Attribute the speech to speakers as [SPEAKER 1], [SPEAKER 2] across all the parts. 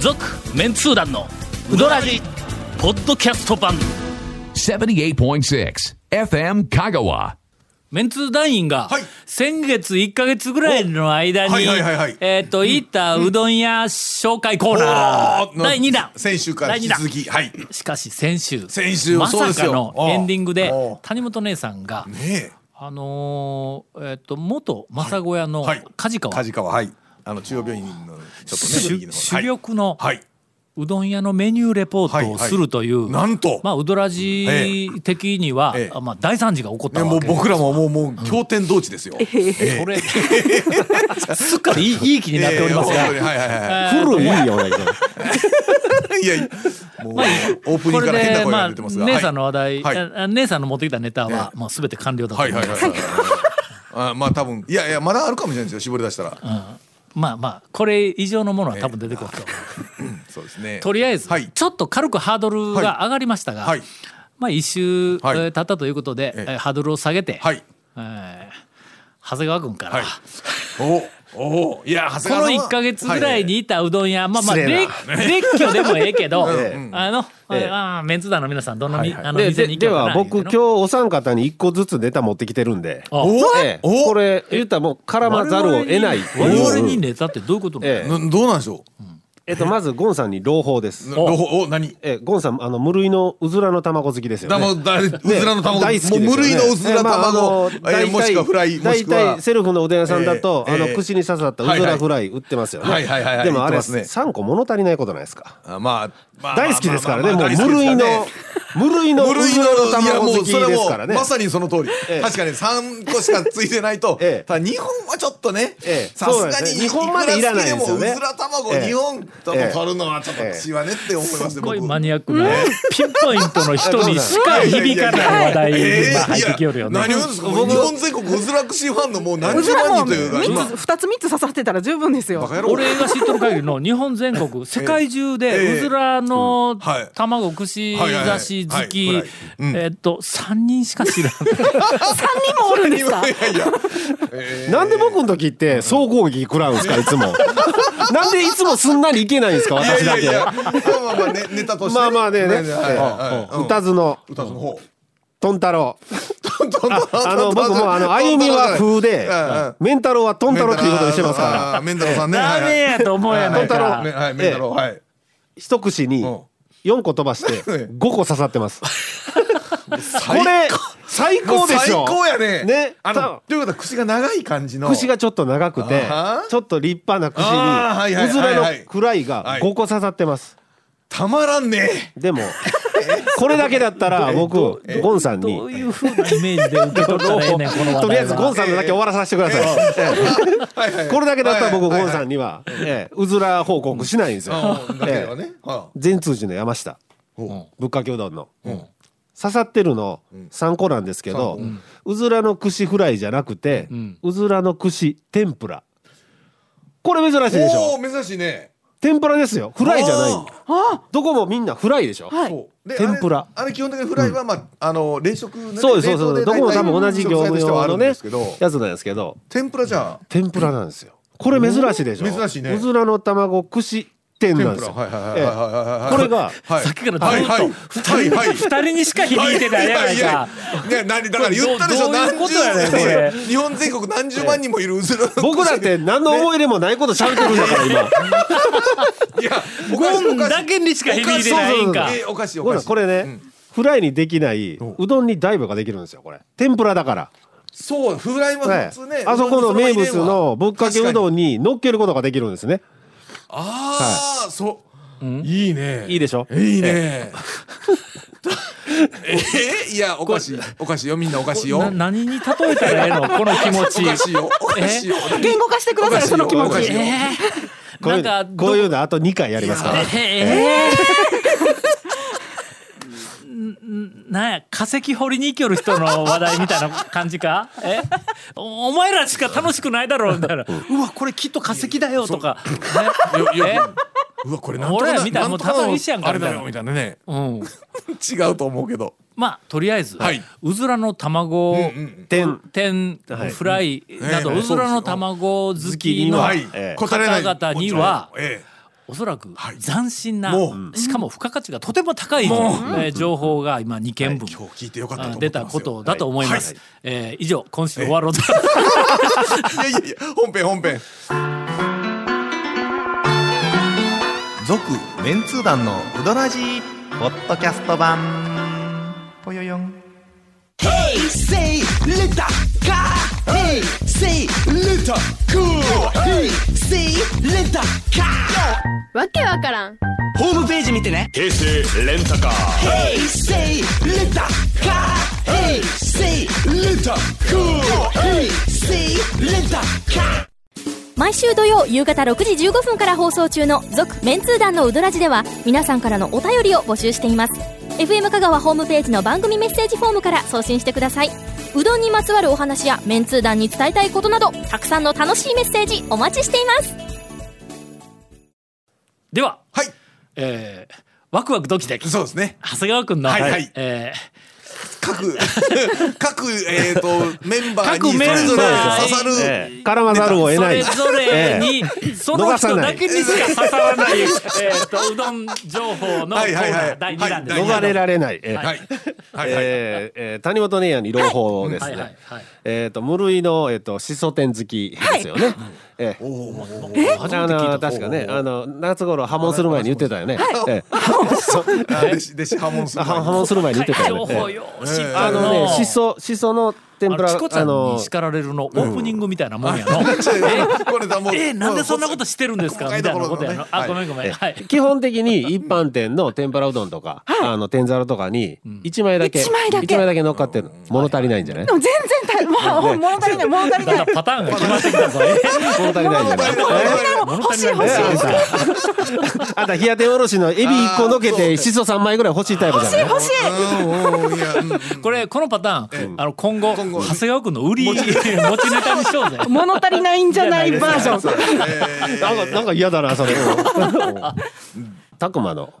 [SPEAKER 1] 続メンツー団のウドラジポッドキャスト版
[SPEAKER 2] 78.6 FM Kagawa.
[SPEAKER 1] メンツー団員が
[SPEAKER 3] はい
[SPEAKER 1] 先月1か月ぐらいの間に
[SPEAKER 3] おはいはいはいはい
[SPEAKER 1] えっと行ったうどん屋紹介コーナ
[SPEAKER 3] お
[SPEAKER 1] ー第2弾
[SPEAKER 3] 先週から
[SPEAKER 1] 第
[SPEAKER 3] 引
[SPEAKER 1] 二
[SPEAKER 3] き
[SPEAKER 1] 弾
[SPEAKER 3] 続きはい
[SPEAKER 1] しかし先週
[SPEAKER 3] 先週
[SPEAKER 1] ま
[SPEAKER 3] そう
[SPEAKER 1] さ
[SPEAKER 3] です
[SPEAKER 1] か
[SPEAKER 3] よ
[SPEAKER 1] のエンディングで
[SPEAKER 3] おう
[SPEAKER 1] 谷本姉さんが
[SPEAKER 3] ね
[SPEAKER 1] あのーえっと元政小屋の
[SPEAKER 3] はい
[SPEAKER 1] 梶
[SPEAKER 3] え
[SPEAKER 1] 川
[SPEAKER 3] 梶川はいあの中央病院のちょっとね
[SPEAKER 1] 主
[SPEAKER 3] 右の方
[SPEAKER 1] 主力の
[SPEAKER 3] はい、はいう
[SPEAKER 1] どん屋のメニューレポートをするという、
[SPEAKER 3] はいなんと
[SPEAKER 1] まあ、うどらじ的には、
[SPEAKER 3] ええええ
[SPEAKER 1] まあ、大惨事が起こった
[SPEAKER 3] ね、
[SPEAKER 1] わ
[SPEAKER 3] もう
[SPEAKER 1] けです
[SPEAKER 3] 僕らももうもう経天同地ですよ、
[SPEAKER 1] それ すっかりいいいい気になっております
[SPEAKER 3] ええ
[SPEAKER 1] が
[SPEAKER 3] 本当、にはいはいは
[SPEAKER 4] 古いよね。
[SPEAKER 3] いいやいやもう、オープニン
[SPEAKER 1] こ
[SPEAKER 3] グ
[SPEAKER 1] れ
[SPEAKER 3] から変な
[SPEAKER 1] で、
[SPEAKER 3] 声
[SPEAKER 1] ま
[SPEAKER 3] が
[SPEAKER 1] あ、
[SPEAKER 3] 出てますが、
[SPEAKER 1] 姉さんの話題、
[SPEAKER 3] はい
[SPEAKER 1] あ姉さんの持ってきたネタは、
[SPEAKER 3] え
[SPEAKER 1] まあ、全て完了だと
[SPEAKER 3] は
[SPEAKER 1] 思い
[SPEAKER 3] い
[SPEAKER 1] ま
[SPEAKER 3] はい
[SPEAKER 1] す、
[SPEAKER 3] はいはいあまあ多分いやいやまだあるかもしれないですよ絞り出したら、
[SPEAKER 1] まあまあこれ以上のものは多分出てくると、
[SPEAKER 3] そうですね
[SPEAKER 1] とりあえず、
[SPEAKER 3] はい
[SPEAKER 1] ちょっと軽くハードルが上がりましたが、
[SPEAKER 3] はい
[SPEAKER 1] まあ、一周、
[SPEAKER 3] はい
[SPEAKER 1] えー経ったということで、
[SPEAKER 3] ええ
[SPEAKER 1] えーハードルを下げて、
[SPEAKER 3] はい
[SPEAKER 1] えー長谷川君から、
[SPEAKER 3] はいおおいや
[SPEAKER 1] こ
[SPEAKER 3] 長谷川さん
[SPEAKER 1] の
[SPEAKER 3] は
[SPEAKER 1] 1か月ぐらいにいたうどん屋、まあまあ
[SPEAKER 4] 失礼
[SPEAKER 1] 列列挙でもええけど、
[SPEAKER 3] ええ
[SPEAKER 1] あの、
[SPEAKER 4] ええ
[SPEAKER 1] あーメンツ団の皆さんどんなみ、あの
[SPEAKER 4] で
[SPEAKER 1] 店
[SPEAKER 4] で
[SPEAKER 1] に行けよ
[SPEAKER 4] で
[SPEAKER 1] うか
[SPEAKER 4] は
[SPEAKER 1] な
[SPEAKER 4] 僕
[SPEAKER 1] 言うて
[SPEAKER 4] 今日
[SPEAKER 1] の
[SPEAKER 4] お三方に一個ずつネタ持ってきてるんで、
[SPEAKER 1] あ
[SPEAKER 4] ええ
[SPEAKER 3] お
[SPEAKER 4] これ言ったらもう絡まざるを得ないって
[SPEAKER 1] 我
[SPEAKER 4] いう
[SPEAKER 1] 々にネタってどういうことなの、
[SPEAKER 4] ええ
[SPEAKER 3] などうなんでしょ
[SPEAKER 4] えっとまずゴンさんに朗報です
[SPEAKER 3] う。おおお何
[SPEAKER 4] ええゴンさんあの無類のうずらの卵好きですよ
[SPEAKER 3] だ
[SPEAKER 4] ね。
[SPEAKER 3] もだうずらの卵、
[SPEAKER 4] 大好
[SPEAKER 3] も
[SPEAKER 4] きですよ
[SPEAKER 3] う
[SPEAKER 4] ね
[SPEAKER 3] 無類のうずら卵、
[SPEAKER 4] ええ
[SPEAKER 3] え
[SPEAKER 4] まああの大体
[SPEAKER 3] もしくはフライもし
[SPEAKER 4] 大
[SPEAKER 3] くは
[SPEAKER 4] 体セルフのおでん屋さんだと、
[SPEAKER 3] ええ
[SPEAKER 4] あの
[SPEAKER 3] ええ
[SPEAKER 4] 口に刺さったうずらフライ売ってますよね。
[SPEAKER 3] はいはいはいはい
[SPEAKER 4] でもあ
[SPEAKER 3] 売
[SPEAKER 4] れ
[SPEAKER 3] ってますね
[SPEAKER 4] 三個物足りないことないですか。
[SPEAKER 3] あまあ、まあ
[SPEAKER 4] 大好きですからね。も
[SPEAKER 3] ま
[SPEAKER 4] う
[SPEAKER 3] あまあ
[SPEAKER 4] 無類の無類の
[SPEAKER 3] 無
[SPEAKER 4] う
[SPEAKER 3] 類
[SPEAKER 4] ず
[SPEAKER 3] の
[SPEAKER 4] らの
[SPEAKER 3] いや
[SPEAKER 4] 卵
[SPEAKER 3] も
[SPEAKER 4] 好
[SPEAKER 3] う
[SPEAKER 4] き
[SPEAKER 3] それ
[SPEAKER 4] です
[SPEAKER 3] も
[SPEAKER 4] からね。
[SPEAKER 3] まさにその通り、
[SPEAKER 4] ええ
[SPEAKER 3] 確かに3個しかついてないと、
[SPEAKER 4] ええ
[SPEAKER 3] ただ日本はちょっとね
[SPEAKER 4] ええ
[SPEAKER 3] さすが
[SPEAKER 4] そうなんで
[SPEAKER 3] に
[SPEAKER 4] すね日本までいらないですよね
[SPEAKER 3] いくら好きでもうずら卵、
[SPEAKER 4] ええ
[SPEAKER 3] 日本と
[SPEAKER 4] ええ
[SPEAKER 3] 取るのはちょっと私はねって思います
[SPEAKER 1] す
[SPEAKER 3] ね
[SPEAKER 1] ごい
[SPEAKER 3] 僕
[SPEAKER 1] マニアックな、ピンポイントの人にしか響かない話題が入ってきよるよね。
[SPEAKER 3] ええいや何を言うんですかもう日本全国うずら串ファンのもう何
[SPEAKER 5] う
[SPEAKER 3] 十
[SPEAKER 5] ずら
[SPEAKER 3] 万人
[SPEAKER 5] も
[SPEAKER 3] というか今
[SPEAKER 5] 3つ2つ3つ刺さってたら十分ですよ
[SPEAKER 3] バカ野郎
[SPEAKER 1] 俺が知っとる限りの日本全国世界中でうずらの
[SPEAKER 3] はい
[SPEAKER 1] 卵串刺し好
[SPEAKER 3] はい
[SPEAKER 1] き
[SPEAKER 3] はいはい
[SPEAKER 1] えっと3人しか知らん
[SPEAKER 5] 3人もおるんです
[SPEAKER 3] い
[SPEAKER 5] か
[SPEAKER 3] やいや
[SPEAKER 4] なんで僕の時って総合技食らうんですかい つもなんでいつもすんなりいけないんですか
[SPEAKER 3] いや
[SPEAKER 4] 私
[SPEAKER 3] い
[SPEAKER 4] だ
[SPEAKER 3] やい
[SPEAKER 4] け
[SPEAKER 3] やまあまあまあねネタとして
[SPEAKER 4] まあまあねね
[SPEAKER 3] はいはいはいうん
[SPEAKER 4] 歌津の
[SPEAKER 3] 歌の方
[SPEAKER 4] トン太郎あ
[SPEAKER 3] あ
[SPEAKER 4] の僕もあの歩みは風でメンタロウはトン太郎っていうことにしてますから
[SPEAKER 3] らメンタロウさんね
[SPEAKER 1] ダメやと思うやない
[SPEAKER 3] は
[SPEAKER 1] か
[SPEAKER 3] いねはいメンタロウはい
[SPEAKER 4] 一口に
[SPEAKER 3] うん
[SPEAKER 4] 4個飛ばして
[SPEAKER 3] ええ
[SPEAKER 4] 5個刺さってますこ
[SPEAKER 3] 最
[SPEAKER 4] れ最高でしょ
[SPEAKER 3] 最高やね
[SPEAKER 4] ね
[SPEAKER 3] あ
[SPEAKER 4] た
[SPEAKER 3] のということは串が長い感じの
[SPEAKER 4] 串がちょっと長くて
[SPEAKER 3] あは
[SPEAKER 4] ちょっと立派な
[SPEAKER 3] あーはい
[SPEAKER 4] 串
[SPEAKER 3] はい
[SPEAKER 4] にうず
[SPEAKER 3] はい
[SPEAKER 4] ら
[SPEAKER 3] はい
[SPEAKER 4] の位が5個刺さってます
[SPEAKER 3] たまらんね
[SPEAKER 4] でもこれだけだったら僕ゴンさんに
[SPEAKER 1] どういうふうなイメージで受 け取ったらええねんこの話題は
[SPEAKER 4] とりあえずゴンさんのだけ終わらさせてください。
[SPEAKER 3] はいはい
[SPEAKER 4] これだけだったら僕
[SPEAKER 3] はいは
[SPEAKER 4] ゴ
[SPEAKER 3] い
[SPEAKER 4] ンさんには、ええうずら報告しないんですよ
[SPEAKER 3] うん。だけど
[SPEAKER 4] え
[SPEAKER 3] ねは
[SPEAKER 4] え善通寺の山下
[SPEAKER 3] ほ
[SPEAKER 4] ぶっかけうどんの
[SPEAKER 3] ん
[SPEAKER 4] 刺さってるの3個なんですけど、うずらの串フライじゃなくて、うずらの串天ぷらこれ珍しいでし
[SPEAKER 3] お
[SPEAKER 4] ょ
[SPEAKER 3] おー珍しいね
[SPEAKER 4] 天ぷらですよフライじゃない
[SPEAKER 3] あ
[SPEAKER 4] どこもみんなフライでしょ、
[SPEAKER 5] はい
[SPEAKER 3] そうで
[SPEAKER 4] 天ぷら
[SPEAKER 3] あれあれ基本的にフライはまああの冷食ね
[SPEAKER 4] そうです
[SPEAKER 3] 冷
[SPEAKER 4] そう
[SPEAKER 3] 凍で
[SPEAKER 4] ですそうで
[SPEAKER 3] す
[SPEAKER 4] どこも多分同じ業
[SPEAKER 3] 大体食材と
[SPEAKER 4] 務
[SPEAKER 3] してはあ
[SPEAKER 4] 用
[SPEAKER 3] る
[SPEAKER 4] の
[SPEAKER 3] ん
[SPEAKER 4] ね
[SPEAKER 3] ですけど
[SPEAKER 4] やつなんですけど
[SPEAKER 3] 天ぷらじゃ
[SPEAKER 4] 天ぷらなんですよこれ珍しいでしょ
[SPEAKER 3] おー珍しいね
[SPEAKER 4] うずらの卵串天な
[SPEAKER 3] 天
[SPEAKER 4] んで
[SPEAKER 3] ぷら
[SPEAKER 4] すよ
[SPEAKER 3] はいはいはい
[SPEAKER 4] ええ
[SPEAKER 3] はいはい
[SPEAKER 4] これが
[SPEAKER 3] はい
[SPEAKER 1] さっきからずっと
[SPEAKER 3] はいはいはい
[SPEAKER 1] 2人にしか響いてないやない
[SPEAKER 3] い
[SPEAKER 1] か。
[SPEAKER 3] やいやいや何だから言ったでしょ
[SPEAKER 1] どうどういう
[SPEAKER 3] 何
[SPEAKER 1] こと
[SPEAKER 3] 十
[SPEAKER 1] やねんこれ
[SPEAKER 3] 日本全国何十万人もいるうずらの 串
[SPEAKER 4] 僕だって何の思い入れもないこと喋ってるんだから 今。
[SPEAKER 3] いやおかしい
[SPEAKER 1] ゴ
[SPEAKER 3] お
[SPEAKER 1] ン
[SPEAKER 3] かし
[SPEAKER 1] だけにしか響いてないんか
[SPEAKER 3] い。えおかしいお
[SPEAKER 4] ほ
[SPEAKER 3] からしい
[SPEAKER 4] これね、フライにできないうどんにダイブができるんですよこれ天ぷらだから、
[SPEAKER 3] そうフライは
[SPEAKER 4] ね
[SPEAKER 3] 普通ね、
[SPEAKER 4] あそこの名物のぶっかけうど
[SPEAKER 3] ん
[SPEAKER 4] んに乗っけることができるんですね
[SPEAKER 3] ああそう、いいね
[SPEAKER 4] いいでしょ
[SPEAKER 3] いいね えいやおかしいおかしいよみんなおかしいよ
[SPEAKER 1] な何に例えたらええのこの気持ち
[SPEAKER 3] お。かしいよおかしいよ
[SPEAKER 5] 言語化してくださいその気持
[SPEAKER 3] おかし
[SPEAKER 5] ち
[SPEAKER 3] いよ
[SPEAKER 1] えー
[SPEAKER 4] こうい
[SPEAKER 1] なか
[SPEAKER 4] うんのこういうのあと2回やりますから
[SPEAKER 1] えー、なんや化石掘りに行きよる人の話題みたいな感じかえおお前らしか楽しくないだろうみたいなうわこれきっと化石だよとか、
[SPEAKER 3] よよ
[SPEAKER 1] え
[SPEAKER 3] うわこれなんと
[SPEAKER 1] 俺
[SPEAKER 3] から
[SPEAKER 1] 見たら
[SPEAKER 3] なんとか
[SPEAKER 1] もうただ
[SPEAKER 3] の
[SPEAKER 1] 石やんか
[SPEAKER 3] あれだよみたいなね
[SPEAKER 1] うん、
[SPEAKER 3] 違うと思うけど
[SPEAKER 1] まあとりあえず、
[SPEAKER 3] はいう
[SPEAKER 1] ずらの卵、
[SPEAKER 4] 天
[SPEAKER 1] 天
[SPEAKER 4] はい
[SPEAKER 1] フライなど、
[SPEAKER 3] ええ
[SPEAKER 1] うずらの卵好き
[SPEAKER 4] え
[SPEAKER 1] の
[SPEAKER 4] は
[SPEAKER 3] はいい、
[SPEAKER 4] ええ
[SPEAKER 3] 答えられない
[SPEAKER 1] 方々には
[SPEAKER 3] ええ
[SPEAKER 1] おそらく
[SPEAKER 3] はい
[SPEAKER 1] 斬新な、
[SPEAKER 3] もう
[SPEAKER 1] しかも付加価値がとても高い、えー情報が今2件分、
[SPEAKER 3] 今日聞いてよかったと
[SPEAKER 1] あ
[SPEAKER 3] 思
[SPEAKER 1] 出
[SPEAKER 3] って
[SPEAKER 1] た
[SPEAKER 3] ます
[SPEAKER 1] こ
[SPEAKER 3] よ
[SPEAKER 1] とだと思います。
[SPEAKER 4] はいは
[SPEAKER 1] えー以上今週終わろうと。
[SPEAKER 3] いやいやいや本編本編
[SPEAKER 6] 続メンツー団のウドラジーポッドキャスト版ぽよよん
[SPEAKER 7] わけわからん
[SPEAKER 8] 平成レンタカー
[SPEAKER 9] 毎週土曜夕方6時15分から放送中の「続・メンツー団のウドラジ」では皆さんからのお便りを募集しています FM 香川ホームページの番組メッセージフォームから送信してくださいうどんにまつわるお話やメンツー団に伝えたいことなどたくさんの楽しいメッセージお待ちしています
[SPEAKER 1] では、
[SPEAKER 3] はい
[SPEAKER 1] えーワクワクドキドキ
[SPEAKER 3] そうですね
[SPEAKER 1] 長谷川君の、
[SPEAKER 3] はいはい
[SPEAKER 1] え
[SPEAKER 3] 各各えっとメンバー
[SPEAKER 1] 各
[SPEAKER 3] にそ
[SPEAKER 1] メンバー
[SPEAKER 3] れぞれ刺さ
[SPEAKER 1] うん
[SPEAKER 3] る
[SPEAKER 4] ええ絡まざるを
[SPEAKER 1] ー
[SPEAKER 4] 得
[SPEAKER 1] そ
[SPEAKER 4] ない
[SPEAKER 1] れぞれに、その人だけにしか刺さらないえーとうどん情報のコ
[SPEAKER 3] はい
[SPEAKER 1] ーナ
[SPEAKER 3] はいはい
[SPEAKER 1] ー第2弾です。
[SPEAKER 3] はい
[SPEAKER 4] 逃れられない、ええ
[SPEAKER 3] はいはいはい
[SPEAKER 4] えーえー谷本姉やに朗報ですね、
[SPEAKER 1] はいはいはい
[SPEAKER 4] えっ、と無類のえっ、とシソ天好きですよね、ええあの確かねあの夏頃破門する前に言ってたよね、ええ
[SPEAKER 3] あ弟子弟子破門する
[SPEAKER 4] あ
[SPEAKER 3] 前に
[SPEAKER 4] 破門する前に言って
[SPEAKER 1] 深
[SPEAKER 4] た
[SPEAKER 1] い
[SPEAKER 4] よ
[SPEAKER 1] 情
[SPEAKER 4] ね、
[SPEAKER 1] 報よ、知っ
[SPEAKER 3] ええ
[SPEAKER 1] た
[SPEAKER 4] あのねしそしその天ぷ
[SPEAKER 1] あの
[SPEAKER 4] ら
[SPEAKER 1] チコちゃ
[SPEAKER 4] あ
[SPEAKER 1] ん
[SPEAKER 4] の
[SPEAKER 1] に叱られるのオープニングみたいなもんや の。
[SPEAKER 3] これだもう
[SPEAKER 1] えなんでそんなことしてるんですか
[SPEAKER 3] ここ
[SPEAKER 1] みたいなことやの。あ、
[SPEAKER 3] はい
[SPEAKER 1] ごめんごめん。はい。
[SPEAKER 4] 基本的に一般店の天ぷらうどんとか、あの天ざるとかに一枚だけ
[SPEAKER 5] 一枚だけ
[SPEAKER 4] 一枚だけ乗っかってる物足りないんじゃない
[SPEAKER 5] でも全然たもう物足りない物足り
[SPEAKER 1] だん
[SPEAKER 5] な
[SPEAKER 1] だ
[SPEAKER 5] い
[SPEAKER 1] んパターンが決まってきたぞ。え
[SPEAKER 4] 物足りないんじゃない
[SPEAKER 1] 物
[SPEAKER 5] 欲
[SPEAKER 1] 足
[SPEAKER 5] し
[SPEAKER 1] り
[SPEAKER 5] い
[SPEAKER 1] ない
[SPEAKER 5] 欲しい
[SPEAKER 4] あんたあんた冷や天おろしのエビ1個のけてしそ3枚ぐらい欲しいタイプだから
[SPEAKER 5] 欲しい
[SPEAKER 3] うんうんいやうんうん
[SPEAKER 1] これこのパターン、あの今後
[SPEAKER 3] 今後
[SPEAKER 1] 長谷川君の売り持ちネタにしよう ぜ。
[SPEAKER 5] 物足りないんじゃないバージョン
[SPEAKER 3] え
[SPEAKER 4] なんかなんか嫌だなそれ。たくまの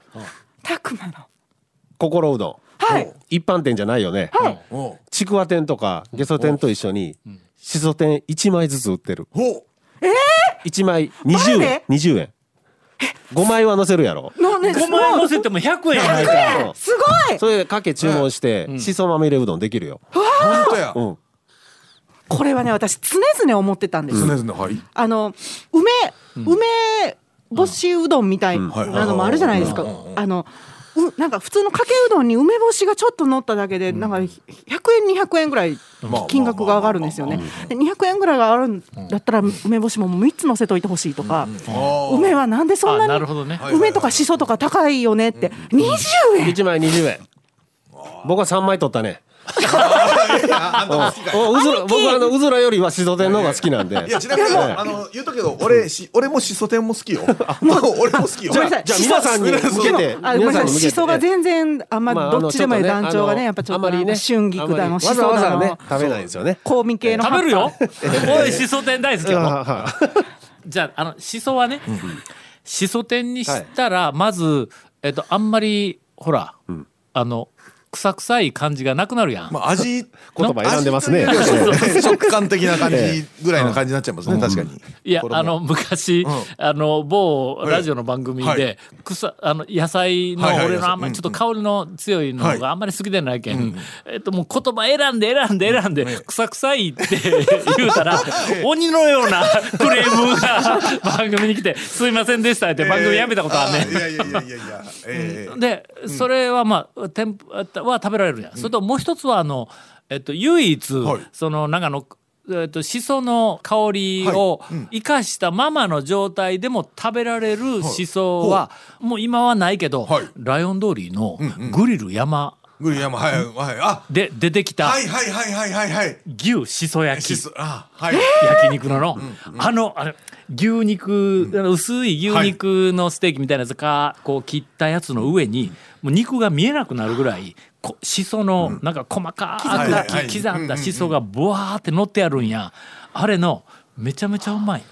[SPEAKER 5] たくまの
[SPEAKER 4] 心うどん。
[SPEAKER 5] はい
[SPEAKER 4] 一般店じゃないよね。
[SPEAKER 5] はい
[SPEAKER 3] ーおう
[SPEAKER 4] ちくわ店とかゲソ店と一緒にしそ店一枚ずつ売ってる。
[SPEAKER 3] ほう
[SPEAKER 4] 一枚二十
[SPEAKER 5] マジ
[SPEAKER 4] 円
[SPEAKER 5] で
[SPEAKER 4] 二十円。五枚は乗せるやろ。
[SPEAKER 5] のねす
[SPEAKER 1] 5
[SPEAKER 5] ご
[SPEAKER 1] 万円
[SPEAKER 5] い
[SPEAKER 1] 乗せても100円やない か。
[SPEAKER 4] そう
[SPEAKER 5] すごい
[SPEAKER 4] それでかけ注文してしそまみれうどんできるよ。
[SPEAKER 3] 本当や
[SPEAKER 4] うん。
[SPEAKER 5] これはね私常々思ってたんです
[SPEAKER 3] 常々はい
[SPEAKER 5] あの梅梅干しうどんみたいなのもあるじゃないですかあのうなんか普通のかけうどんに梅干しがちょっと乗っただけでなんか100円200円ぐらい
[SPEAKER 3] まあ
[SPEAKER 5] 金額が上がるんですよねで200円ぐらいがあるんだったら梅干しももう3つ乗せといてほしいとか
[SPEAKER 3] あ
[SPEAKER 5] 梅はなんでそん
[SPEAKER 1] あ、
[SPEAKER 5] な
[SPEAKER 1] な
[SPEAKER 5] に
[SPEAKER 1] るほどね。
[SPEAKER 3] はい
[SPEAKER 5] 梅とかしそとか高いよねって20円
[SPEAKER 4] 一枚二十円。僕は三枚取ったね。
[SPEAKER 3] ああんたも好きかい
[SPEAKER 4] おうずら僕はあのうずらよりはしそ店の方が好きなんで。
[SPEAKER 3] いやちなみにあの言うとけど俺し俺もしそ天も好きよ 俺も好きよ
[SPEAKER 5] ごめんなさい
[SPEAKER 4] じゃあ皆さんに向け
[SPEAKER 5] で
[SPEAKER 4] て
[SPEAKER 5] もあごめん
[SPEAKER 4] 皆さ
[SPEAKER 5] なさ
[SPEAKER 4] んに向
[SPEAKER 5] い
[SPEAKER 4] けて
[SPEAKER 5] しそが全然あんま
[SPEAKER 4] まああの
[SPEAKER 5] どっちでもいい
[SPEAKER 4] ちょっとね
[SPEAKER 5] 団長が
[SPEAKER 4] あ
[SPEAKER 5] ね
[SPEAKER 4] の
[SPEAKER 5] やっぱちょっ
[SPEAKER 4] あ
[SPEAKER 5] と
[SPEAKER 4] まりね
[SPEAKER 5] 春菊だ
[SPEAKER 4] あんま
[SPEAKER 5] の
[SPEAKER 4] り
[SPEAKER 5] しそだの
[SPEAKER 4] わざわざね食べないですよね
[SPEAKER 5] 公民系の
[SPEAKER 1] 食べるよ
[SPEAKER 5] 葉っ。
[SPEAKER 1] おい、しそ天大好きよ。
[SPEAKER 4] は
[SPEAKER 1] じゃあ、あの、しそはね、しそ天にしたら、まず、えっと、あんまり、ほら、あの、臭臭い感じがなくなるやん。
[SPEAKER 3] まあ味
[SPEAKER 4] 言葉選んでますね
[SPEAKER 3] 味というよりは 食感的な感じぐらいな感じになっちゃいますね確かに
[SPEAKER 1] いや
[SPEAKER 3] これも
[SPEAKER 1] あの昔、あの某ラジオの番組で、
[SPEAKER 3] はい
[SPEAKER 1] 草あの野菜の
[SPEAKER 3] はいはい
[SPEAKER 1] 俺
[SPEAKER 3] 野菜
[SPEAKER 1] のあんまり
[SPEAKER 3] うん
[SPEAKER 1] ちょっと香りの強いの
[SPEAKER 3] はい
[SPEAKER 1] があんまり好きでないけん、えっともう言葉選んで選んで選んで臭臭いって言うた ら鬼のようなクレームが 番組に来て「すいませんでした」って番組やめたことはね
[SPEAKER 3] えーあーいやいやいやいやいやえー
[SPEAKER 1] でそれはまあ天ぷは食べられるやん、それともう一つはあの、えっと、唯一、
[SPEAKER 3] はい
[SPEAKER 1] そのなんかあのえっと、しその香りを
[SPEAKER 3] はいうん
[SPEAKER 1] 生かしたままの状態でも食べられるしそはもう今はないけど、
[SPEAKER 3] はい
[SPEAKER 1] ライオン通りの
[SPEAKER 3] んうん
[SPEAKER 1] グリル山
[SPEAKER 3] グリヤマはいはいあ
[SPEAKER 1] で出てきた
[SPEAKER 3] はいはいはいはいはいはい
[SPEAKER 1] 牛しそ焼き
[SPEAKER 3] しそあはい
[SPEAKER 1] 焼肉のの、あのあの牛肉、あの薄い牛肉のステーキみたいなやつか、こう切ったやつの上にもう肉が見えなくなるぐらいこしそのなんか細か
[SPEAKER 3] はいはいは
[SPEAKER 1] く
[SPEAKER 3] い
[SPEAKER 1] き刻んだしそがブワーって乗ってあるんやあれのめちゃめちゃうまい、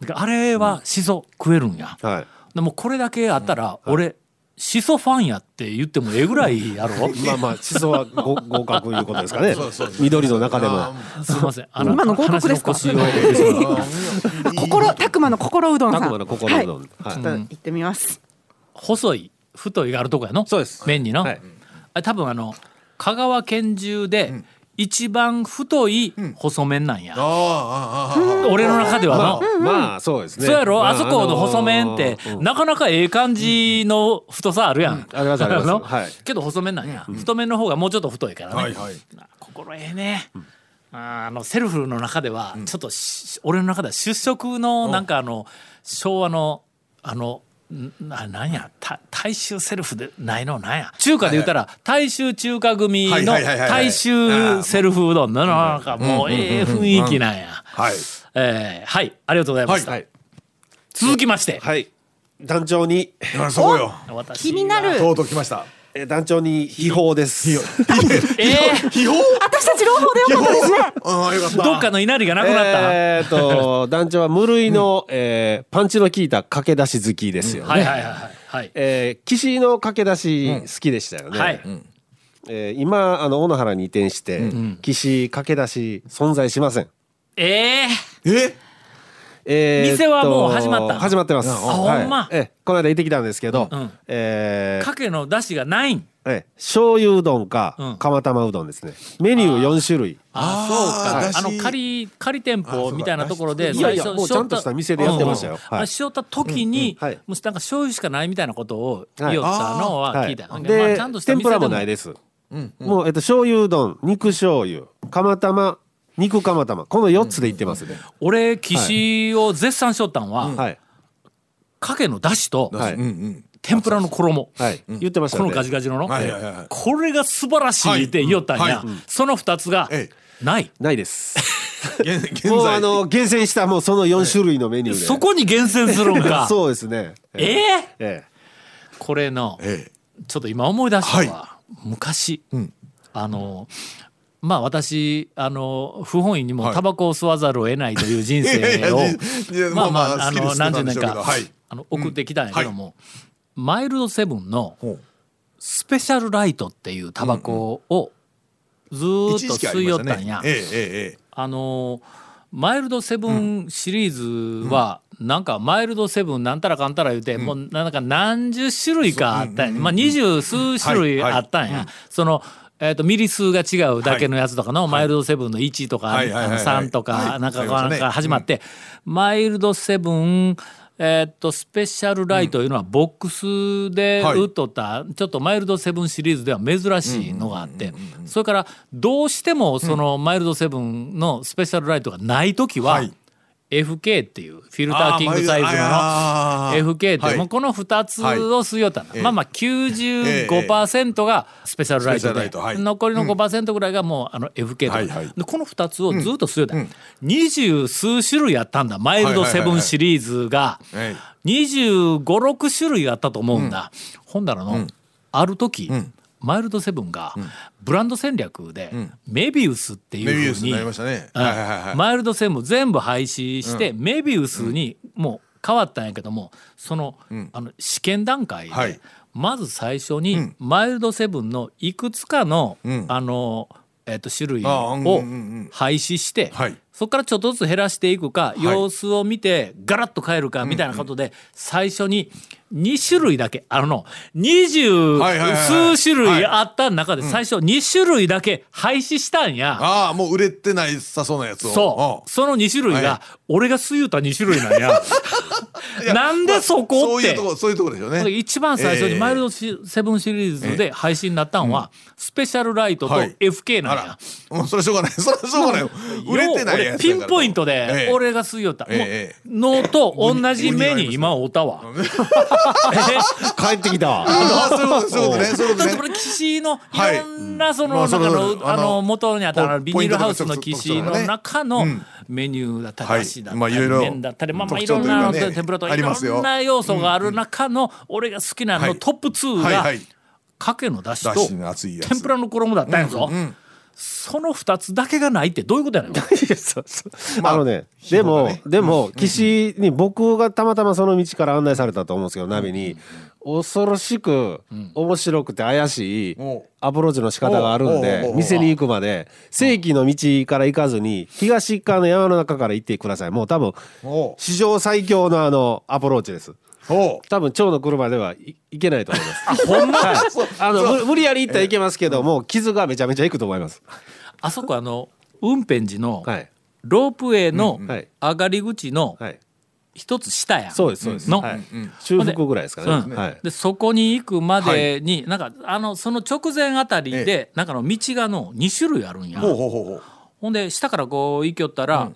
[SPEAKER 1] だからあれはしそ食えるんや、
[SPEAKER 4] い。はい。
[SPEAKER 1] でもこれだけあったら俺、シソファンやって言ってもええぐらいやろ
[SPEAKER 4] まあまあシソはご合格いうことですかね
[SPEAKER 3] そうそうそう
[SPEAKER 4] 緑の中でも
[SPEAKER 3] あ
[SPEAKER 1] すいませんあの
[SPEAKER 5] 今の合格ですか
[SPEAKER 1] 話の 腰を
[SPEAKER 3] ーうん
[SPEAKER 5] 心たくまの心うどんさん
[SPEAKER 4] たくまの心うどん
[SPEAKER 5] は、
[SPEAKER 4] はいい
[SPEAKER 5] ちょっと行ってみます、
[SPEAKER 1] 細い太いがあるとこやの
[SPEAKER 4] そうです
[SPEAKER 1] 麺にの、
[SPEAKER 4] はい
[SPEAKER 1] あ多分あの香川県中で一番太い細麺なんや、
[SPEAKER 3] あーあーあーあー
[SPEAKER 1] 俺の中ではの、
[SPEAKER 4] まあまあそうですね
[SPEAKER 1] そうやろ、
[SPEAKER 4] ま
[SPEAKER 1] あ、そこの細麺って、
[SPEAKER 4] あのーうん
[SPEAKER 1] なかなかええ感じの太 さあるやん、
[SPEAKER 4] ありますあります
[SPEAKER 1] の
[SPEAKER 4] はい
[SPEAKER 1] けど細麺なんや、太麺の方がもうちょっと太いからね、
[SPEAKER 3] はいはい
[SPEAKER 1] あ心ええね、あーあのセルフの中ではちょっとし、俺の中では出色のなんかあの昭和のあのんななんやた大衆セルフでないのなんや中華で言ったら大衆中華組
[SPEAKER 3] はい
[SPEAKER 1] の
[SPEAKER 3] はいはいはい
[SPEAKER 1] 大衆セルフうどんのなんかもうええ雰囲気なんや、
[SPEAKER 3] はい
[SPEAKER 1] えーはいありがとうございました、
[SPEAKER 4] はい
[SPEAKER 1] 続きまして、
[SPEAKER 4] はい団長に
[SPEAKER 3] だからそこよ
[SPEAKER 1] 私
[SPEAKER 5] 気になる
[SPEAKER 3] とうとう来ました
[SPEAKER 4] えー団長に秘宝です
[SPEAKER 1] えー
[SPEAKER 3] 秘宝
[SPEAKER 5] 私たち朗報でよかったですね
[SPEAKER 3] ああよかった
[SPEAKER 1] どっかの稲荷がなくなった、
[SPEAKER 4] えーっと団長は無類の、えーパンチの効いた駆け出し好きですよね、
[SPEAKER 1] はいはいはいはいはい
[SPEAKER 4] えー岸の駆け出し好きでしたよね、
[SPEAKER 1] はい、
[SPEAKER 4] えー今あの小野原に移転して、岸駆け出し存在しません、
[SPEAKER 1] えー
[SPEAKER 3] え
[SPEAKER 4] えーっと
[SPEAKER 1] 店はもう始まった
[SPEAKER 4] 始まってます、
[SPEAKER 1] ほんま
[SPEAKER 4] えーこの間行ってきたんですけど、
[SPEAKER 1] うん
[SPEAKER 4] えー
[SPEAKER 1] かけの出汁がないん
[SPEAKER 4] えー醤油うどんか、
[SPEAKER 1] うん
[SPEAKER 4] 釜玉うどんですねメニュー4種類
[SPEAKER 1] あ
[SPEAKER 3] あ
[SPEAKER 1] そ
[SPEAKER 3] ー
[SPEAKER 1] うかあ
[SPEAKER 3] だ
[SPEAKER 1] の
[SPEAKER 3] し
[SPEAKER 1] 仮仮店舗みたいなところで
[SPEAKER 4] あそうだ
[SPEAKER 1] 最
[SPEAKER 4] いやい
[SPEAKER 1] 初
[SPEAKER 4] やもうちゃんとした店でやってましたよ
[SPEAKER 1] うん
[SPEAKER 4] はい
[SPEAKER 1] あしよった時に
[SPEAKER 4] うんうんはい
[SPEAKER 1] もうなんか醤油しかないみたいなことを言おったのは聞いたな
[SPEAKER 4] は
[SPEAKER 1] いんかまあ
[SPEAKER 4] で
[SPEAKER 1] ちゃんとした
[SPEAKER 4] 天
[SPEAKER 1] 店
[SPEAKER 4] ぷら
[SPEAKER 1] で
[SPEAKER 4] も
[SPEAKER 1] も
[SPEAKER 4] ないです、もう、えっと、醤油うどん肉醤油釜玉肉釜玉この4つでいってますね、
[SPEAKER 1] 俺岸を絶賛しよったんは
[SPEAKER 4] はい
[SPEAKER 1] かけの出汁と
[SPEAKER 4] はい、
[SPEAKER 3] うんうん
[SPEAKER 1] 天ぷらの衣
[SPEAKER 4] はい言ってました
[SPEAKER 1] この
[SPEAKER 4] よね
[SPEAKER 1] ガジガジのの
[SPEAKER 3] はいはいはいはい
[SPEAKER 1] これが素晴らしいって言おったんや
[SPEAKER 3] はいうん
[SPEAKER 1] その二つが
[SPEAKER 3] え
[SPEAKER 1] ない
[SPEAKER 4] な いです
[SPEAKER 3] え現現在
[SPEAKER 4] もうあの厳選したもうその4種類のメニューで
[SPEAKER 1] そこに厳選するんか
[SPEAKER 4] そうですね
[SPEAKER 1] え
[SPEAKER 4] え
[SPEAKER 1] え
[SPEAKER 4] え
[SPEAKER 1] これの
[SPEAKER 3] ええ
[SPEAKER 1] ちょっと今思い出したのは、
[SPEAKER 3] は
[SPEAKER 1] 昔、
[SPEAKER 3] ん
[SPEAKER 1] あのまあ私あの不本意にも
[SPEAKER 3] はい
[SPEAKER 1] タバコを吸わざるを得ないという人生
[SPEAKER 3] いやいや
[SPEAKER 1] を
[SPEAKER 3] いや
[SPEAKER 1] まあま
[SPEAKER 3] まあま
[SPEAKER 1] あ
[SPEAKER 3] あ
[SPEAKER 1] あ
[SPEAKER 3] 好きで
[SPEAKER 1] の
[SPEAKER 3] す
[SPEAKER 1] 何十年
[SPEAKER 3] なんでしょうけ
[SPEAKER 1] か
[SPEAKER 3] どはい
[SPEAKER 1] あの送ってきたんやけども、マイルドセブンの
[SPEAKER 3] ほう
[SPEAKER 1] スペシャルライトっていうタバコをずーっ
[SPEAKER 3] 一時期
[SPEAKER 1] と
[SPEAKER 3] あ
[SPEAKER 1] 吸
[SPEAKER 3] り
[SPEAKER 1] い
[SPEAKER 3] ま
[SPEAKER 1] よ
[SPEAKER 3] し
[SPEAKER 1] った
[SPEAKER 3] ね
[SPEAKER 1] んや。
[SPEAKER 3] えええええ
[SPEAKER 1] あのマイルドセブンシリーズは、なんかマイルドセブンなんたらかんたら言うて、もうなんか何十種類かあったんや、まあ二十数種類
[SPEAKER 3] はい
[SPEAKER 1] あったんや、その、えー、とミリ数が違うだけのやつとかの、マイルドセブンの1とか、
[SPEAKER 3] はいはいはいはい
[SPEAKER 1] 3とか、
[SPEAKER 3] はい
[SPEAKER 1] なんかこう
[SPEAKER 3] ありました
[SPEAKER 1] なん
[SPEAKER 3] ね
[SPEAKER 1] か始まって、マイルドセブンえー、とスペシャルライトいうのはボックスで
[SPEAKER 3] はい
[SPEAKER 1] 打っとった、ちょっとマイルドセブンシリーズでは珍しいのがあって、それからどうしてもそのマイルドセブンのスペシャルライトがない時は、
[SPEAKER 3] はい
[SPEAKER 1] FK っていうフィルターキングサイズの
[SPEAKER 3] あーマイルド
[SPEAKER 1] FK っていう、
[SPEAKER 3] はい
[SPEAKER 1] もうこの2つを吸いよったんだ、
[SPEAKER 3] ええ
[SPEAKER 1] まあまあ95%がスペシャルライト
[SPEAKER 3] スペシャル
[SPEAKER 1] で
[SPEAKER 3] ライトはい
[SPEAKER 1] 残りの5%ぐらいがもうあの FK と、
[SPEAKER 3] はいはい
[SPEAKER 1] でこの2つをずっと吸いよった、二十数種類あったんだマイルドセブンシリーズが
[SPEAKER 3] はいはいはい
[SPEAKER 1] 2 5 6種類あったと思うんだ、ほんだらの、ある時、マイルドセブンがブランド戦略で、メビウスっていう
[SPEAKER 3] メビウ
[SPEAKER 1] ふ
[SPEAKER 3] ス
[SPEAKER 1] う
[SPEAKER 3] に
[SPEAKER 1] に
[SPEAKER 3] なりましたね
[SPEAKER 1] うん
[SPEAKER 3] はいはいはいはい
[SPEAKER 1] マイルドセブン全部廃止して、メビウスにもう変わったんやけどもその,、あの試験段階で、
[SPEAKER 3] はい
[SPEAKER 1] まず最初に、マイルドセブンのいくつかの、あの、えっと種類
[SPEAKER 3] あうん
[SPEAKER 1] を
[SPEAKER 3] うんうん
[SPEAKER 1] 廃止して、
[SPEAKER 3] はい
[SPEAKER 1] そこからちょっとずつ減らしていくか、様子を見てガラッと変えるかみたいなことで、最初に2種類だけあの二十
[SPEAKER 3] はいはいはい
[SPEAKER 1] 数種
[SPEAKER 3] はい
[SPEAKER 1] 類あった中で最初2種類だけ廃止したんや。
[SPEAKER 3] ああもう売れてないさそうなやつを
[SPEAKER 1] そう。その2種類が
[SPEAKER 3] は、
[SPEAKER 1] 俺が吸いた2種類なんや。
[SPEAKER 3] うんいや
[SPEAKER 1] なんでそこって
[SPEAKER 3] まあそういうとこそういうとこですよね
[SPEAKER 1] 一番最初
[SPEAKER 3] え
[SPEAKER 1] に
[SPEAKER 3] え
[SPEAKER 1] マイルドシセブンシリーズで配信になったんは、スペシャルライトと
[SPEAKER 3] はい
[SPEAKER 1] FK なん
[SPEAKER 3] あ
[SPEAKER 1] や
[SPEAKER 3] ら。もうそれしょうがない それはしょ うがないよ売れてない
[SPEAKER 1] よう俺
[SPEAKER 3] やつ
[SPEAKER 1] ピ
[SPEAKER 3] やから
[SPEAKER 1] ンポイント
[SPEAKER 3] え
[SPEAKER 1] で
[SPEAKER 3] え
[SPEAKER 1] 俺が吸いよった。もう
[SPEAKER 3] ええ
[SPEAKER 1] のと同じ目に今おったわ。 え
[SPEAKER 4] 帰ってきたわ
[SPEAKER 3] あそういうことそういうことねそういうこ
[SPEAKER 1] だ
[SPEAKER 3] と
[SPEAKER 1] ってこ
[SPEAKER 3] ね
[SPEAKER 1] れ岸のい
[SPEAKER 3] はい
[SPEAKER 1] ろんなそ
[SPEAKER 3] ま
[SPEAKER 1] の
[SPEAKER 3] あそ
[SPEAKER 1] 中
[SPEAKER 3] の
[SPEAKER 1] のあ
[SPEAKER 3] あ
[SPEAKER 1] の
[SPEAKER 3] の
[SPEAKER 1] 元にあったあの
[SPEAKER 3] ポ
[SPEAKER 1] ビニールハウスの
[SPEAKER 3] ポイントとか
[SPEAKER 1] 岸の中の
[SPEAKER 3] うん
[SPEAKER 1] メニューだった
[SPEAKER 3] は
[SPEAKER 1] り
[SPEAKER 3] い
[SPEAKER 1] だった
[SPEAKER 3] まあいろ
[SPEAKER 1] り
[SPEAKER 3] いろ
[SPEAKER 1] 麺だったりまあまあい
[SPEAKER 3] 特
[SPEAKER 1] ろ
[SPEAKER 3] 徴
[SPEAKER 1] ん
[SPEAKER 3] というか
[SPEAKER 1] な
[SPEAKER 3] ね
[SPEAKER 1] 天ぷらとか
[SPEAKER 3] あ
[SPEAKER 1] い
[SPEAKER 3] り
[SPEAKER 1] ろ
[SPEAKER 3] ますよ
[SPEAKER 1] んな要素がある中の俺が好きなあ
[SPEAKER 3] は
[SPEAKER 1] の
[SPEAKER 3] い
[SPEAKER 1] トップ2
[SPEAKER 3] はい
[SPEAKER 1] が
[SPEAKER 3] はい
[SPEAKER 1] かけのだし
[SPEAKER 3] だ
[SPEAKER 1] と
[SPEAKER 3] しの熱いやつ
[SPEAKER 1] 天ぷらの衣だったんやぞ。その2つだけがないってどういうこと やねん。
[SPEAKER 4] あのねでもでも岸に僕がたまたまその道から案内されたと思うんですけどナビに恐ろしく面白くて怪しい
[SPEAKER 3] お
[SPEAKER 4] アプローチの仕方があるん
[SPEAKER 3] おうおうおう
[SPEAKER 4] で
[SPEAKER 3] おう
[SPEAKER 4] 店に行くまで正規の道から行かずに東側の山の中から行ってくださいもう多分
[SPEAKER 3] おう
[SPEAKER 4] 史上最強のあのアプローチです
[SPEAKER 3] おう
[SPEAKER 4] 多分蝶の車ではい行けないと思います
[SPEAKER 1] ほんま
[SPEAKER 4] はいあの無無理やり行ったらいけますけども傷がめちゃめちゃいくと思います
[SPEAKER 1] あそこあの運辺寺の
[SPEAKER 4] はい
[SPEAKER 1] ロープウェイの
[SPEAKER 4] はい
[SPEAKER 1] 上がり口の
[SPEAKER 4] はい
[SPEAKER 1] 一つ下やん
[SPEAKER 4] そうですそうです
[SPEAKER 1] の
[SPEAKER 4] はい
[SPEAKER 3] ん
[SPEAKER 4] 中腹ぐらいですか
[SPEAKER 1] うん
[SPEAKER 4] ねはい
[SPEAKER 1] でそこに行くまでに、なんかあのその直前あたりで、
[SPEAKER 3] え
[SPEAKER 1] なんかの道がの2種類あるんや
[SPEAKER 3] ほうほうほうほう
[SPEAKER 1] ほんで下からこう行きよったら、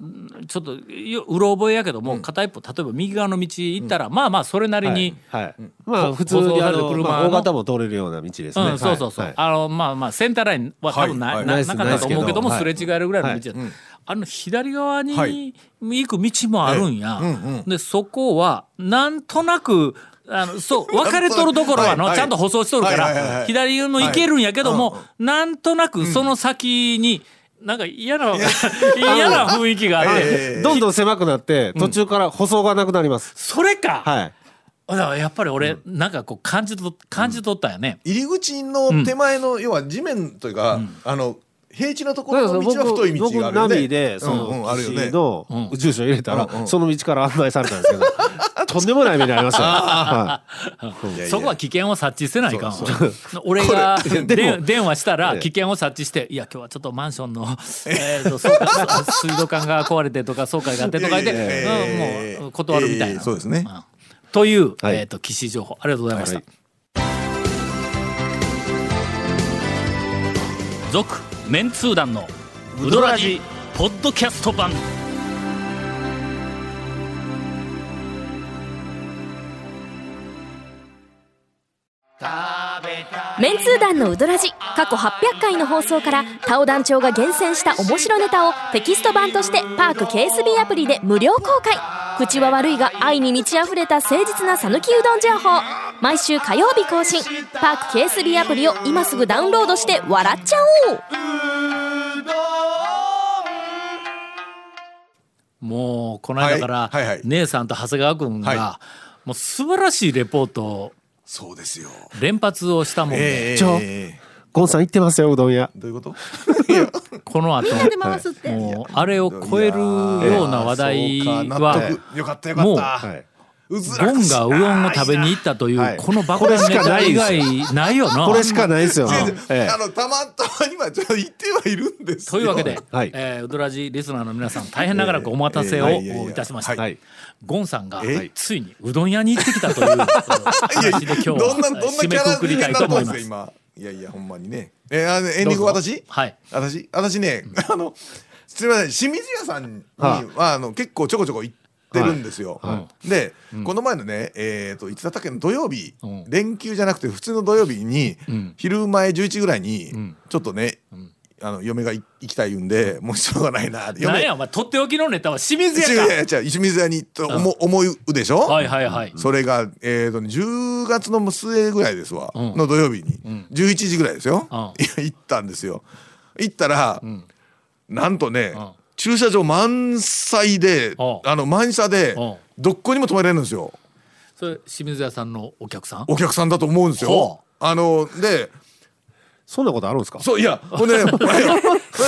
[SPEAKER 1] ちょっとようろ覚えやけども、片一歩例えば右側の道行ったら、まあまあそれなりに、
[SPEAKER 4] はいはいまあ普通
[SPEAKER 1] 舗
[SPEAKER 4] に
[SPEAKER 1] 装さ
[SPEAKER 4] あ
[SPEAKER 1] れた
[SPEAKER 4] の
[SPEAKER 1] 車の
[SPEAKER 4] まあ大型も通れるような道です
[SPEAKER 1] う
[SPEAKER 4] ね
[SPEAKER 1] ん、そうそうそう、
[SPEAKER 4] はい
[SPEAKER 1] あのまあまあセンターラインは多分な,、
[SPEAKER 3] はいはい
[SPEAKER 1] な
[SPEAKER 4] な
[SPEAKER 1] な
[SPEAKER 4] いです
[SPEAKER 1] かったと思うけども、
[SPEAKER 4] ない
[SPEAKER 1] す
[SPEAKER 4] で
[SPEAKER 1] れ
[SPEAKER 4] す
[SPEAKER 1] 違えるぐらいの道だ、あの左側に行く道もあるんや、でそこはなんとなくあのそう分かれとるところはの、
[SPEAKER 3] はいはい
[SPEAKER 1] ちゃんと舗装しとるから、
[SPEAKER 3] はいはいはいはい
[SPEAKER 1] 左の行けるんやけども、なんとなくその先に、なんか嫌な 嫌な雰囲気があって、
[SPEAKER 3] ええ
[SPEAKER 4] どんどん狭くなって途中から舗装がなくなります、
[SPEAKER 1] それか、
[SPEAKER 4] はい
[SPEAKER 1] だからやっぱり俺、なんかこう感じと感じ取ったんやね、
[SPEAKER 3] 入り口の手前の要は地面というかあの平地のところの道は太い道があるよ
[SPEAKER 4] 僕ナビ
[SPEAKER 3] ね
[SPEAKER 4] でそ
[SPEAKER 3] うんうん
[SPEAKER 4] の
[SPEAKER 3] あるよね
[SPEAKER 4] 岸の住所入れたら、
[SPEAKER 3] うんうん
[SPEAKER 4] その道から案内されたんですけど とんでもない目にありましたよ、はい
[SPEAKER 3] やいや
[SPEAKER 1] そこは危険を察知せないかんわ
[SPEAKER 3] そ
[SPEAKER 1] 俺が
[SPEAKER 4] これ
[SPEAKER 1] で
[SPEAKER 4] でも
[SPEAKER 1] 電話したら
[SPEAKER 4] ええ
[SPEAKER 1] 危険を察知して「いや今日はちょっとマンションの、えー、とそうかそう水道管が壊れて」とか「総会があって」とか言って
[SPEAKER 3] いやいやいやいや
[SPEAKER 1] うんもう断るみたい
[SPEAKER 3] え
[SPEAKER 1] な。
[SPEAKER 3] えそうですね
[SPEAKER 1] んという、
[SPEAKER 4] はい
[SPEAKER 1] えー、と棋士情報ありがとうございました
[SPEAKER 4] はい。
[SPEAKER 1] 続、メンツー団のウドラジポッドキャスト版
[SPEAKER 9] メンツー団のウドラジ過去800回の放送からタオ団長が厳選した面白ネタをテキスト版としてパーク KSB アプリで無料公開口は悪いが愛に満ち溢れた誠実な讃岐うどん情報毎週火曜日更新パーク KSB アプリを今すぐダウンロードして笑っちゃおう
[SPEAKER 1] もうこの間から
[SPEAKER 3] はいはいはい
[SPEAKER 1] 姉さんと長谷川君が
[SPEAKER 3] は
[SPEAKER 1] もう素晴らしいレポートを
[SPEAKER 3] そうですよ
[SPEAKER 1] 連発をしたもんで、
[SPEAKER 3] ええ
[SPEAKER 4] ちょゴンさん行ってますようどん屋
[SPEAKER 3] どういうこと
[SPEAKER 1] この後
[SPEAKER 5] なんで回すって。
[SPEAKER 1] もうあれを超えるような話題
[SPEAKER 3] いやーそうか納
[SPEAKER 1] は
[SPEAKER 3] 得よかったよか
[SPEAKER 1] も
[SPEAKER 3] っ
[SPEAKER 1] う
[SPEAKER 3] た
[SPEAKER 4] はい
[SPEAKER 1] ゴ
[SPEAKER 3] ゴ
[SPEAKER 1] ンがうどんを食べに行ったとい
[SPEAKER 4] は
[SPEAKER 1] う
[SPEAKER 4] い
[SPEAKER 1] この爆弾ネタ以外ないよな。
[SPEAKER 4] これしかないですよ、
[SPEAKER 3] 違う違う
[SPEAKER 4] ええ
[SPEAKER 3] あのたまたまにはちょっと言ってはいるんです
[SPEAKER 1] というわけで、
[SPEAKER 4] はい
[SPEAKER 1] えーウドラジリスナーの皆さん大変長らくお待たせを
[SPEAKER 3] ええいやいやいや
[SPEAKER 1] いたしました、
[SPEAKER 4] はい
[SPEAKER 1] ゴンさんが
[SPEAKER 3] え
[SPEAKER 1] ついにうどん屋に行ってきたという 話で今日は
[SPEAKER 3] どんなどんなキ
[SPEAKER 1] 締め
[SPEAKER 3] ャラ
[SPEAKER 1] くくり
[SPEAKER 3] に
[SPEAKER 1] た
[SPEAKER 3] ないっ
[SPEAKER 1] と
[SPEAKER 3] たん
[SPEAKER 1] 思い
[SPEAKER 3] で
[SPEAKER 1] ますす。
[SPEAKER 3] か今いやいやほんまにねえーあのエンデ
[SPEAKER 1] どう
[SPEAKER 3] ィン
[SPEAKER 1] ぞ
[SPEAKER 3] グ私
[SPEAKER 1] はい
[SPEAKER 3] 私私ねあのすみません清水屋さんに
[SPEAKER 4] は
[SPEAKER 3] はあの結構ちょこちょこ行ってるんですよ
[SPEAKER 1] は
[SPEAKER 3] でこの前のねえっといつだったっけの土曜日
[SPEAKER 1] うん
[SPEAKER 3] 連休じゃなくて普通の土曜日に
[SPEAKER 1] ん
[SPEAKER 3] 昼前11時ぐらいに
[SPEAKER 1] ん
[SPEAKER 3] ちょっとねあの嫁がい行きたい言うんでもうしょうがないなって
[SPEAKER 1] なん
[SPEAKER 3] 嫁
[SPEAKER 1] やお前とっておきのネタは清水
[SPEAKER 3] 違う
[SPEAKER 1] 屋
[SPEAKER 3] 違う違う清水屋にと思う思うでし
[SPEAKER 1] か
[SPEAKER 3] ょ
[SPEAKER 1] はいはいはい、
[SPEAKER 3] それが、えー、とね10月の末ぐらいですわ、
[SPEAKER 1] うん
[SPEAKER 3] の土曜日に、
[SPEAKER 1] ん
[SPEAKER 3] 11時ぐらいですよ、
[SPEAKER 1] うん
[SPEAKER 3] いや行ったんですよ行ったら、
[SPEAKER 1] ん
[SPEAKER 3] なんとね、
[SPEAKER 1] うん
[SPEAKER 3] 駐車場満載で、
[SPEAKER 1] おう
[SPEAKER 3] あの満車で、
[SPEAKER 1] おう
[SPEAKER 3] どこにも止められるんですよ
[SPEAKER 1] それ清水屋さんのお客さん
[SPEAKER 3] お客さんだと思うんです
[SPEAKER 1] ほ
[SPEAKER 3] よ。あので
[SPEAKER 4] そんなことあるんですか
[SPEAKER 3] そういやほ んでね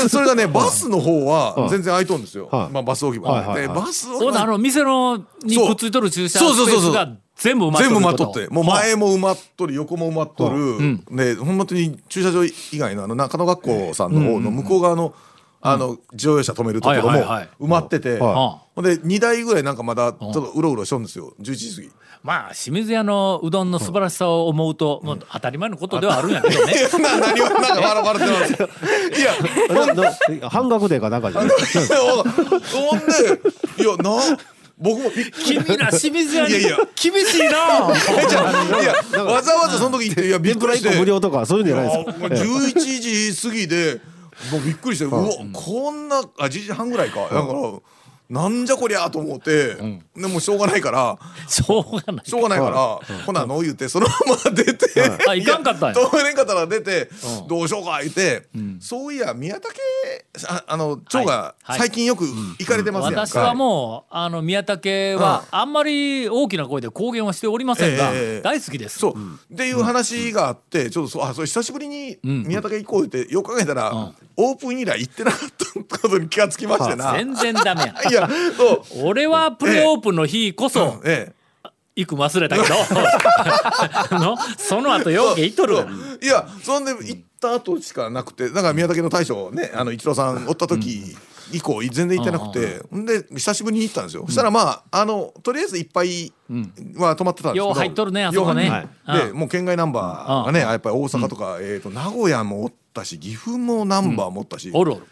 [SPEAKER 3] それがねバスの方は全然空いとんですよ、
[SPEAKER 4] はい
[SPEAKER 3] まあ、バス置き場、
[SPEAKER 4] はいはいは
[SPEAKER 3] で
[SPEAKER 4] い
[SPEAKER 3] バス置き
[SPEAKER 1] そうだあ
[SPEAKER 3] 場
[SPEAKER 1] の店のにくっついとる駐車スペ
[SPEAKER 3] そうそうそう
[SPEAKER 1] ー
[SPEAKER 3] そ
[SPEAKER 1] ス
[SPEAKER 3] う
[SPEAKER 1] が全部埋まっとる
[SPEAKER 3] 全部埋ま
[SPEAKER 1] こ
[SPEAKER 3] っ
[SPEAKER 1] と
[SPEAKER 3] とってもう前も埋まっとる横も埋まっとる、
[SPEAKER 1] ん
[SPEAKER 3] でほんまに駐車場以外のあの中野学校さんの方の向こう側の、あの乗用車止めるところも
[SPEAKER 1] はいはいはい
[SPEAKER 3] 埋まってて、
[SPEAKER 1] は
[SPEAKER 3] ほんで2台ぐらいなんかまだちょっとうろうろしとんですよ11時過ぎ。
[SPEAKER 1] まあ清水屋のうどんの素晴らしさを思うと、もう当たり前のことではあるんやけどね
[SPEAKER 3] な何をなんか笑笑 ってますいや
[SPEAKER 4] ななえ半額でかなんかじゃない
[SPEAKER 3] ほんほんでいやな僕もびっくり
[SPEAKER 1] 君ら清水屋に
[SPEAKER 3] いやいや
[SPEAKER 1] 厳しいな
[SPEAKER 3] じゃんいやわざわざその時行っていやびっく
[SPEAKER 4] 天ぷら
[SPEAKER 3] りし
[SPEAKER 4] 1個
[SPEAKER 3] て
[SPEAKER 4] 無料とかそういうんじゃない
[SPEAKER 3] あ
[SPEAKER 4] ですか、ええ
[SPEAKER 3] 11時過ぎでもうびっくりしてうわこんなあ10時半ぐらいかだからなんじゃこりゃと思ってでもしょうがないから
[SPEAKER 1] しょうがない
[SPEAKER 3] しょうがないからほなの言うてそのまま出て
[SPEAKER 1] あいかんかったんや
[SPEAKER 3] 通れんかったら出て
[SPEAKER 1] うん
[SPEAKER 3] どうしようか言ってそういや宮武ああの蝶が
[SPEAKER 1] はい
[SPEAKER 3] 最近よく行かれてますやんか、
[SPEAKER 1] 私はもうあの宮武はあんまり大きな声で公言はしておりませんが、
[SPEAKER 3] ええ
[SPEAKER 1] 大好きです。
[SPEAKER 3] そう、っていう話があってちょっとそうあそれ久しぶりに
[SPEAKER 1] ん
[SPEAKER 3] 宮武行こうってよく考えたら、
[SPEAKER 1] ん
[SPEAKER 3] オープン以来行ってなかったことに気がつきましてな。
[SPEAKER 1] 全然ダメや。
[SPEAKER 3] いやそう
[SPEAKER 1] 俺はプレオープンの日こそ
[SPEAKER 3] ええ
[SPEAKER 1] 行くん忘れたけど、 のその後ようけ行っとるから
[SPEAKER 3] そういやそんで行った後しかなくてだから宮武の大将ねあの一郎さんおった時以降全然行ってなくて、ん、で久しぶりに行ったんですよ、そしたらまああのとりあえずいっぱいは泊まってたんですけど、
[SPEAKER 1] よう入っとるねあそこね
[SPEAKER 3] よう入っ
[SPEAKER 1] はい
[SPEAKER 3] でもう県外ナンバーがねやっぱり大阪とか、えー、と名古屋もおったし岐阜もナンバーもおったし、
[SPEAKER 1] おるおる。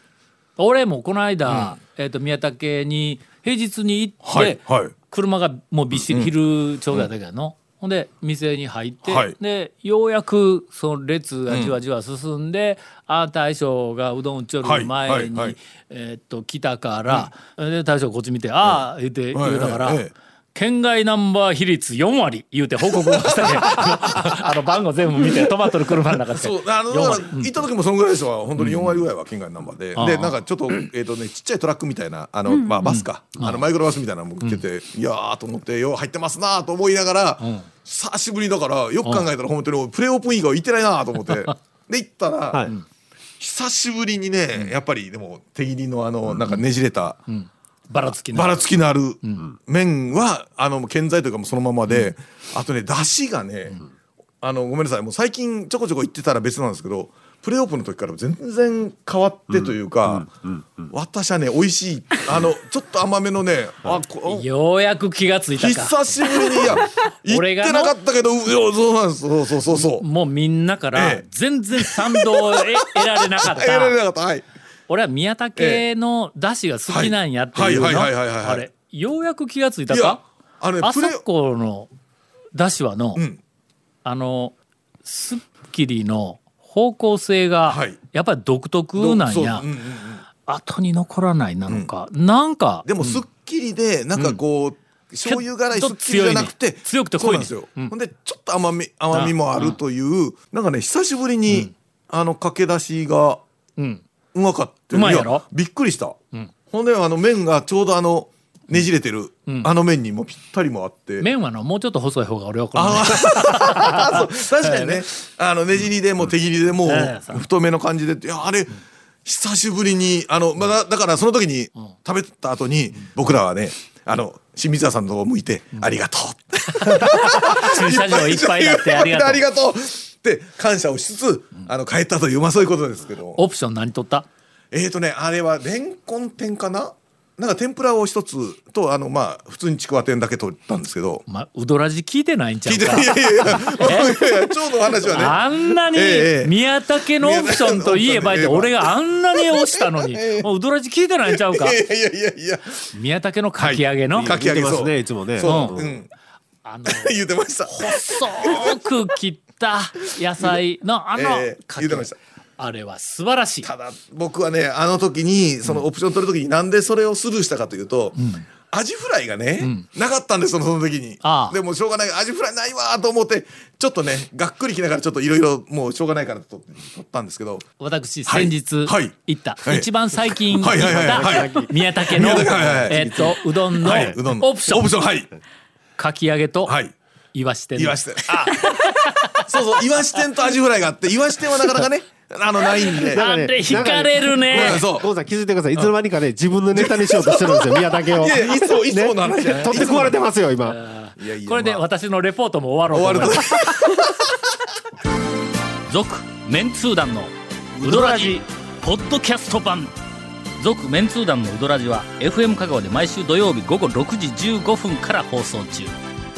[SPEAKER 1] 俺もこの間、えっ、と宮武に平日に行って、
[SPEAKER 3] はいはい
[SPEAKER 1] 車がもうびっしり昼ちょうどやったけどの、ほんで店に入って、
[SPEAKER 3] はい
[SPEAKER 1] でようやくその列がじわじわ進んで、ああ大将がうどん売っちょる
[SPEAKER 3] はいは
[SPEAKER 1] 前
[SPEAKER 3] い
[SPEAKER 1] に、
[SPEAKER 3] はい
[SPEAKER 1] えっと来たから、で大将こっち見て「ああ」言うて
[SPEAKER 3] はい
[SPEAKER 1] 言うたから。
[SPEAKER 3] ええ
[SPEAKER 1] 県外ナンバー比率4割言うて報告を したねあの番号全部見て止まっとる車の中で
[SPEAKER 3] そうあの
[SPEAKER 1] 4
[SPEAKER 3] だから
[SPEAKER 1] 割
[SPEAKER 3] 行った時もそのぐらいですわ本当に4割ぐらいは県外ナンバーで、
[SPEAKER 1] ん
[SPEAKER 3] でなんかちょっと,、えーとね、ちっちゃいトラックみたいなあの、まあ、バスか、あのマイクロバスみたいなのも来てて、いやーと思ってよう入ってますなーと思いながら、久しぶりだからよく考えたら本当に俺プレオープン以外行ってないなーと思ってで行ったら、
[SPEAKER 4] はい
[SPEAKER 3] 久しぶりにねやっぱりでも手切りのあのなんかねじれた。
[SPEAKER 1] ばらつきの
[SPEAKER 3] ばらつきのある麺は、あの健在というかもうそのままで、あとね出汁がね、あのごめんなさいもう最近ちょこちょこ行ってたら別なんですけどプレオープンの時から全然変わってというか、私はね美味しいあのちょっと甘め のねあこ
[SPEAKER 1] ようやく気がついたか
[SPEAKER 3] 久しぶりにいや行っ
[SPEAKER 1] 俺
[SPEAKER 3] て
[SPEAKER 1] がな
[SPEAKER 3] なかったけどうよそうなんですそうそうそ うそう
[SPEAKER 1] もうみんなから
[SPEAKER 3] ええ
[SPEAKER 1] 全然賛同を得得られなかっ
[SPEAKER 3] 得られな
[SPEAKER 1] た
[SPEAKER 3] かったはい
[SPEAKER 1] 俺は宮武の出汁が好きなんやっていうの
[SPEAKER 3] はいはいはいはいはいはい
[SPEAKER 1] あれようやく気がついた
[SPEAKER 3] いや
[SPEAKER 1] か
[SPEAKER 3] あのね
[SPEAKER 1] あ
[SPEAKER 3] プ
[SPEAKER 1] そ
[SPEAKER 3] レ
[SPEAKER 1] この出汁はの、
[SPEAKER 3] うん
[SPEAKER 1] あの『スッキリ』の方向性が
[SPEAKER 3] はい
[SPEAKER 1] やっぱり独特なんや、
[SPEAKER 3] そううんうんうん
[SPEAKER 1] 後に残らないなのか、なんか
[SPEAKER 3] でもすっきりで、なんかこう、醤油辛いすっきりじゃなくて
[SPEAKER 1] ちょっと強いね強くて濃い
[SPEAKER 3] そう
[SPEAKER 1] ね
[SPEAKER 3] なんですよ、
[SPEAKER 1] うん
[SPEAKER 3] ほんでちょっと甘み甘みもあるという、なんかね久しぶりに、あの駆け出しが
[SPEAKER 1] うん
[SPEAKER 3] うまかった
[SPEAKER 1] うまいやろ
[SPEAKER 3] びっくりした、ほんであの麺がちょうどあのねじれてる、あの麺にもぴったりもあって
[SPEAKER 1] 麺はのもうちょっと細い方が俺はこれ、ね、
[SPEAKER 3] あーそう確かにねあのねじりでも手切りでも
[SPEAKER 1] ええそう
[SPEAKER 3] 太めの感じでっていやあれ久しぶりにあの、ま、だだからその時に食べた後に僕らはねあの清水屋さんのとこ向いて「ありがとう」って
[SPEAKER 1] 駐車場いっぱいだってありが
[SPEAKER 3] あ
[SPEAKER 1] とう
[SPEAKER 3] りがとうって感謝をしつつあの帰ったというまあそういうことですけど
[SPEAKER 1] オプション何取った
[SPEAKER 3] えーとねあれはレンコン天かななんか天ぷらを一つとあのまあ普通にちくわ天だけ取ったんですけど
[SPEAKER 1] お前ウドラジ聞いてないんちゃ
[SPEAKER 3] 聞
[SPEAKER 1] う
[SPEAKER 3] いて
[SPEAKER 1] か
[SPEAKER 3] いやいやい やい やいや蝶の話はね
[SPEAKER 1] あんなに
[SPEAKER 3] ええ
[SPEAKER 1] 宮武のオプションといえばいいって
[SPEAKER 3] 宮武のオプ
[SPEAKER 1] 俺
[SPEAKER 3] ション
[SPEAKER 1] があんなに押したの にもうウドラジ聞いてないんちゃうか
[SPEAKER 3] いやいやいやいや
[SPEAKER 1] 宮武のかき揚げの、
[SPEAKER 3] かき揚げ
[SPEAKER 4] 言ってま
[SPEAKER 3] そ
[SPEAKER 4] す
[SPEAKER 3] う
[SPEAKER 4] ねいつもね
[SPEAKER 3] そう、
[SPEAKER 4] う
[SPEAKER 3] うんん、
[SPEAKER 1] あの
[SPEAKER 3] 言ってました。
[SPEAKER 1] 細く切った野菜のあの
[SPEAKER 3] ええ
[SPEAKER 1] かき
[SPEAKER 3] 言
[SPEAKER 1] 揚
[SPEAKER 3] うて
[SPEAKER 1] げ、
[SPEAKER 3] ました
[SPEAKER 1] あれは素晴らしい
[SPEAKER 3] ただ僕はねあの時にそのオプション取る時になんでそれをスルーしたかというと、アジフライがね、なかったんですそのその時に
[SPEAKER 1] ああ
[SPEAKER 3] でもしょうがないアジフライないわと思ってちょっとねがっくりきながらちょっといろいろもうしょうがないからと取ったんですけど
[SPEAKER 1] 私
[SPEAKER 3] はい
[SPEAKER 1] 先日
[SPEAKER 3] はい
[SPEAKER 1] 行った、
[SPEAKER 3] はい
[SPEAKER 1] 一番最近行っ
[SPEAKER 3] はいはいはいは
[SPEAKER 1] た宮武の、
[SPEAKER 3] 宮武はいはい
[SPEAKER 1] えっとうどんの
[SPEAKER 3] はい、うどんの
[SPEAKER 1] オプション,、
[SPEAKER 3] オプションはい
[SPEAKER 1] かき揚げと
[SPEAKER 3] はい
[SPEAKER 1] イワシ天
[SPEAKER 3] イ
[SPEAKER 1] の
[SPEAKER 3] ワシ店あそうそうイワシ店とアジフライがあってイワシ店はなかなかねあのないんで
[SPEAKER 1] あれ惹かれるね
[SPEAKER 3] うんそう
[SPEAKER 4] 郷さん気づいてくださいいつの間にかね自分のネタにしようとしてるんですよ宮武を
[SPEAKER 3] いやいやいつもいつもの話じゃない
[SPEAKER 4] ね取って食われてますよ今
[SPEAKER 3] いやいや
[SPEAKER 1] これで
[SPEAKER 3] まあ
[SPEAKER 1] 私のレポートも終わろう
[SPEAKER 3] 終
[SPEAKER 1] と
[SPEAKER 3] わ
[SPEAKER 1] 思い
[SPEAKER 3] る
[SPEAKER 1] ま
[SPEAKER 3] と
[SPEAKER 1] す続メンツー団のウドラジポッドキャスト版続メンツー団のウドラジは FM 香川で毎週土曜日午後6時15分から放送中